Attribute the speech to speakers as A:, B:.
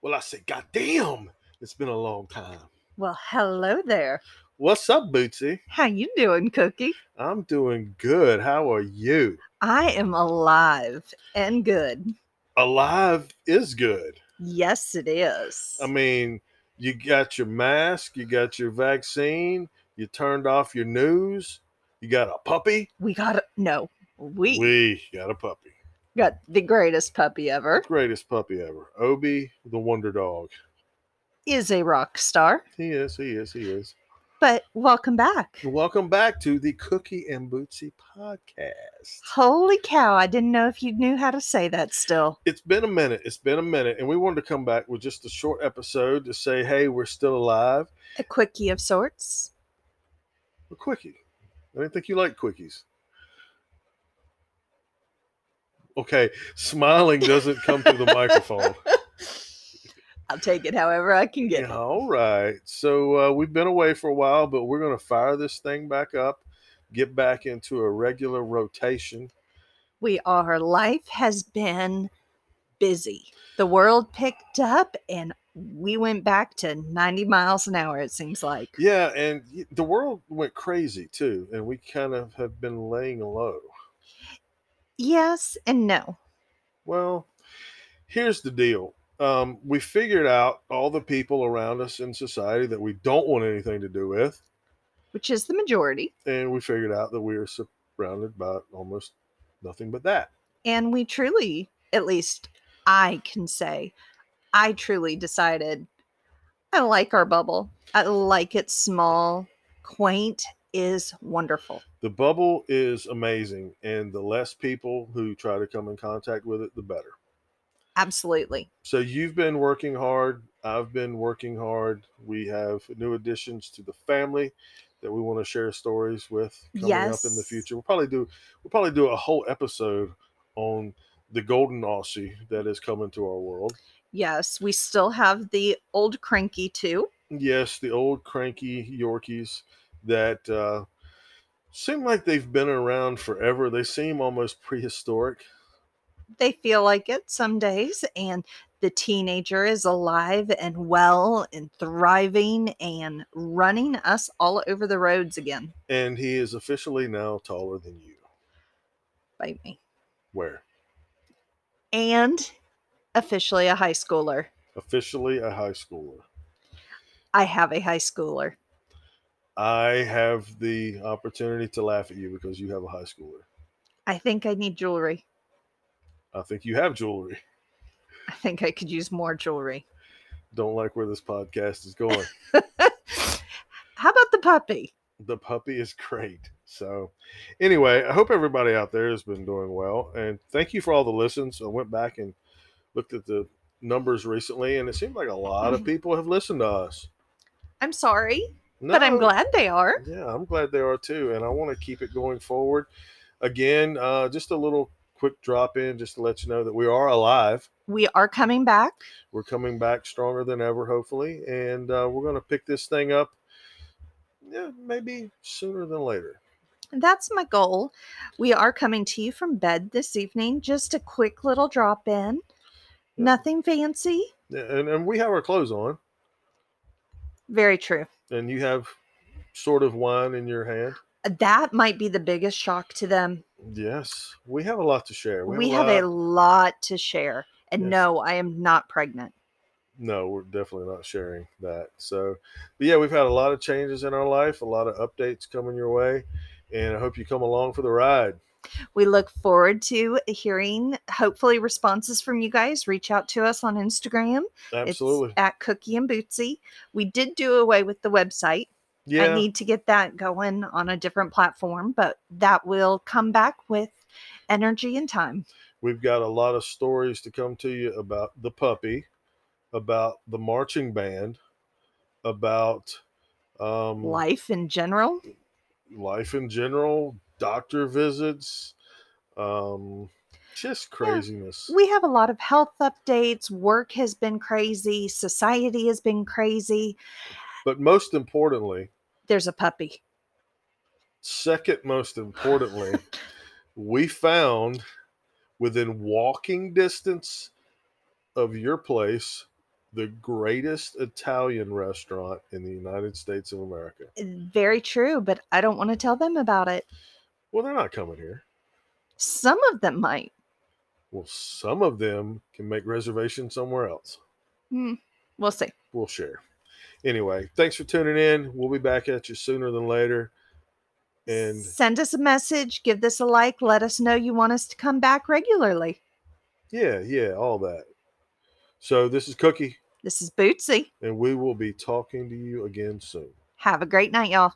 A: Well, I said, God damn, it's been a long time.
B: Well, hello there.
A: What's up, Bootsy?
B: How you doing, Cookie?
A: I'm doing good. How are you?
B: I am alive and good.
A: Alive is good.
B: Yes, it is.
A: I mean, you got your mask, you got your vaccine, you turned off your news, you got a puppy.
B: we got a, no, we,
A: We got a puppy.
B: got the greatest puppy ever.
A: Greatest puppy ever. Obi the Wonder Dog.
B: Is a rock star.
A: He is, he is, he is.
B: But welcome back.
A: Welcome back to the Cookie and Bootsy podcast.
B: Holy cow! I didn't know if you knew how to say that. Still,
A: it's been a minute. It's been a minute, and we wanted to come back with just a short episode to say, "Hey, we're still alive."
B: a quickie of sorts.
A: A quickie. I didn't think you liked quickies. Okay, smiling doesn't come through the microphone.
B: I'll take it however I can get
A: Yeah,
B: it.
A: all right. So uh, we've been away for a while, but we're going to fire this thing back up, get back into a regular rotation.
B: We are. Life has been busy. The world picked up, and we went back to ninety miles an hour. It seems like.
A: Yeah, and y- the world went crazy too, and we kind of have been laying low.
B: Yes and no.
A: Well, here's the deal. Um, we figured out all the people around us in society that we don't want anything to do with,
B: which is the majority,
A: and we figured out that we are surrounded by almost nothing but that.
B: and we truly, at least I can say, I truly decided I like our bubble. I like it small, quaint is wonderful.
A: The bubble is amazing, and the less people who try to come in contact with it, the better.
B: Absolutely.
A: So you've been working hard. I've been working hard. We have new additions to the family that we want to share stories with coming up in the
B: Yes.
A: future. We'll probably do we'll probably do a whole episode on the golden Aussie that is coming to our world.
B: Yes, we still have the old cranky too.
A: Yes, the old cranky Yorkies that uh, seem like they've been around forever. They seem almost prehistoric.
B: They feel like it some days, and the teenager is alive and well and thriving and running us all over the roads again.
A: And he is officially now taller than you.
B: Bite me.
A: Where?
B: and officially a high schooler.
A: Officially a high schooler.
B: I have a high schooler.
A: I have the opportunity to laugh at you because you have a high schooler.
B: I think I need jewelry.
A: I think you have jewelry.
B: I think I could use more jewelry.
A: Don't like where this podcast is going.
B: How about the puppy?
A: the puppy is great. So, anyway, I hope everybody out there has been doing well. And thank you for all the listens. I went back and looked at the numbers recently, and it seemed like a lot of people have listened to us.
B: I'm sorry, but I'm
A: No,
B: glad they are.
A: Yeah, I'm glad they are too, and I want to keep it going forward. Again, uh, just a little quick drop in, just to let you know that we are alive.
B: We are coming back.
A: We're coming back stronger than ever, hopefully, and uh, we're going to pick this thing up. Yeah, maybe sooner than later.
B: That's my goal. We are coming to you from bed this evening. Just a quick little drop in.
A: Yeah.
B: Nothing fancy.
A: Yeah, And, and we have our clothes on,
B: Very true.
A: and you have sort of wine in your hand.
B: That might be the biggest shock to them.
A: Yes, we have a lot to share.
B: We have a
A: lot-
B: lot to share. And
A: Yes.
B: no, I am not pregnant.
A: no, we're definitely not sharing that. So, but yeah, we've had a lot of changes in our life, a lot of updates coming your way, and I hope you come along for the ride.
B: We look forward to hearing, hopefully, responses from you guys. Reach out to us on Instagram.
A: Absolutely.
B: It's at Cookie and Bootsy. We did do away with the website.
A: yeah.
B: I need to get that going on a different platform, but that will come back with energy and time.
A: We've got a lot of stories to come to you about the puppy, about the marching band, about um, life.
B: Life in general.
A: in general, doctor visits, um, just craziness.
B: We have a lot of health updates. Work has been crazy. Society has been crazy.
A: But most importantly,
B: There's a puppy.
A: second most importantly, we found within walking distance of your place the greatest Italian restaurant in the United States of America.
B: Very true, but I don't want to tell them about it.
A: Well, they're not coming here.
B: Some of them might.
A: Well, some of them can make reservations somewhere else.
B: Hmm, We'll see.
A: We'll share. Anyway, thanks for tuning in. We'll be back at you sooner than later. And
B: send us a message, give this a like, let us know you want us to come back regularly.
A: yeah, yeah, all that. So this is Cookie,
B: This is Bootsy.
A: and we will be talking to you again soon.
B: Have a great night, y'all.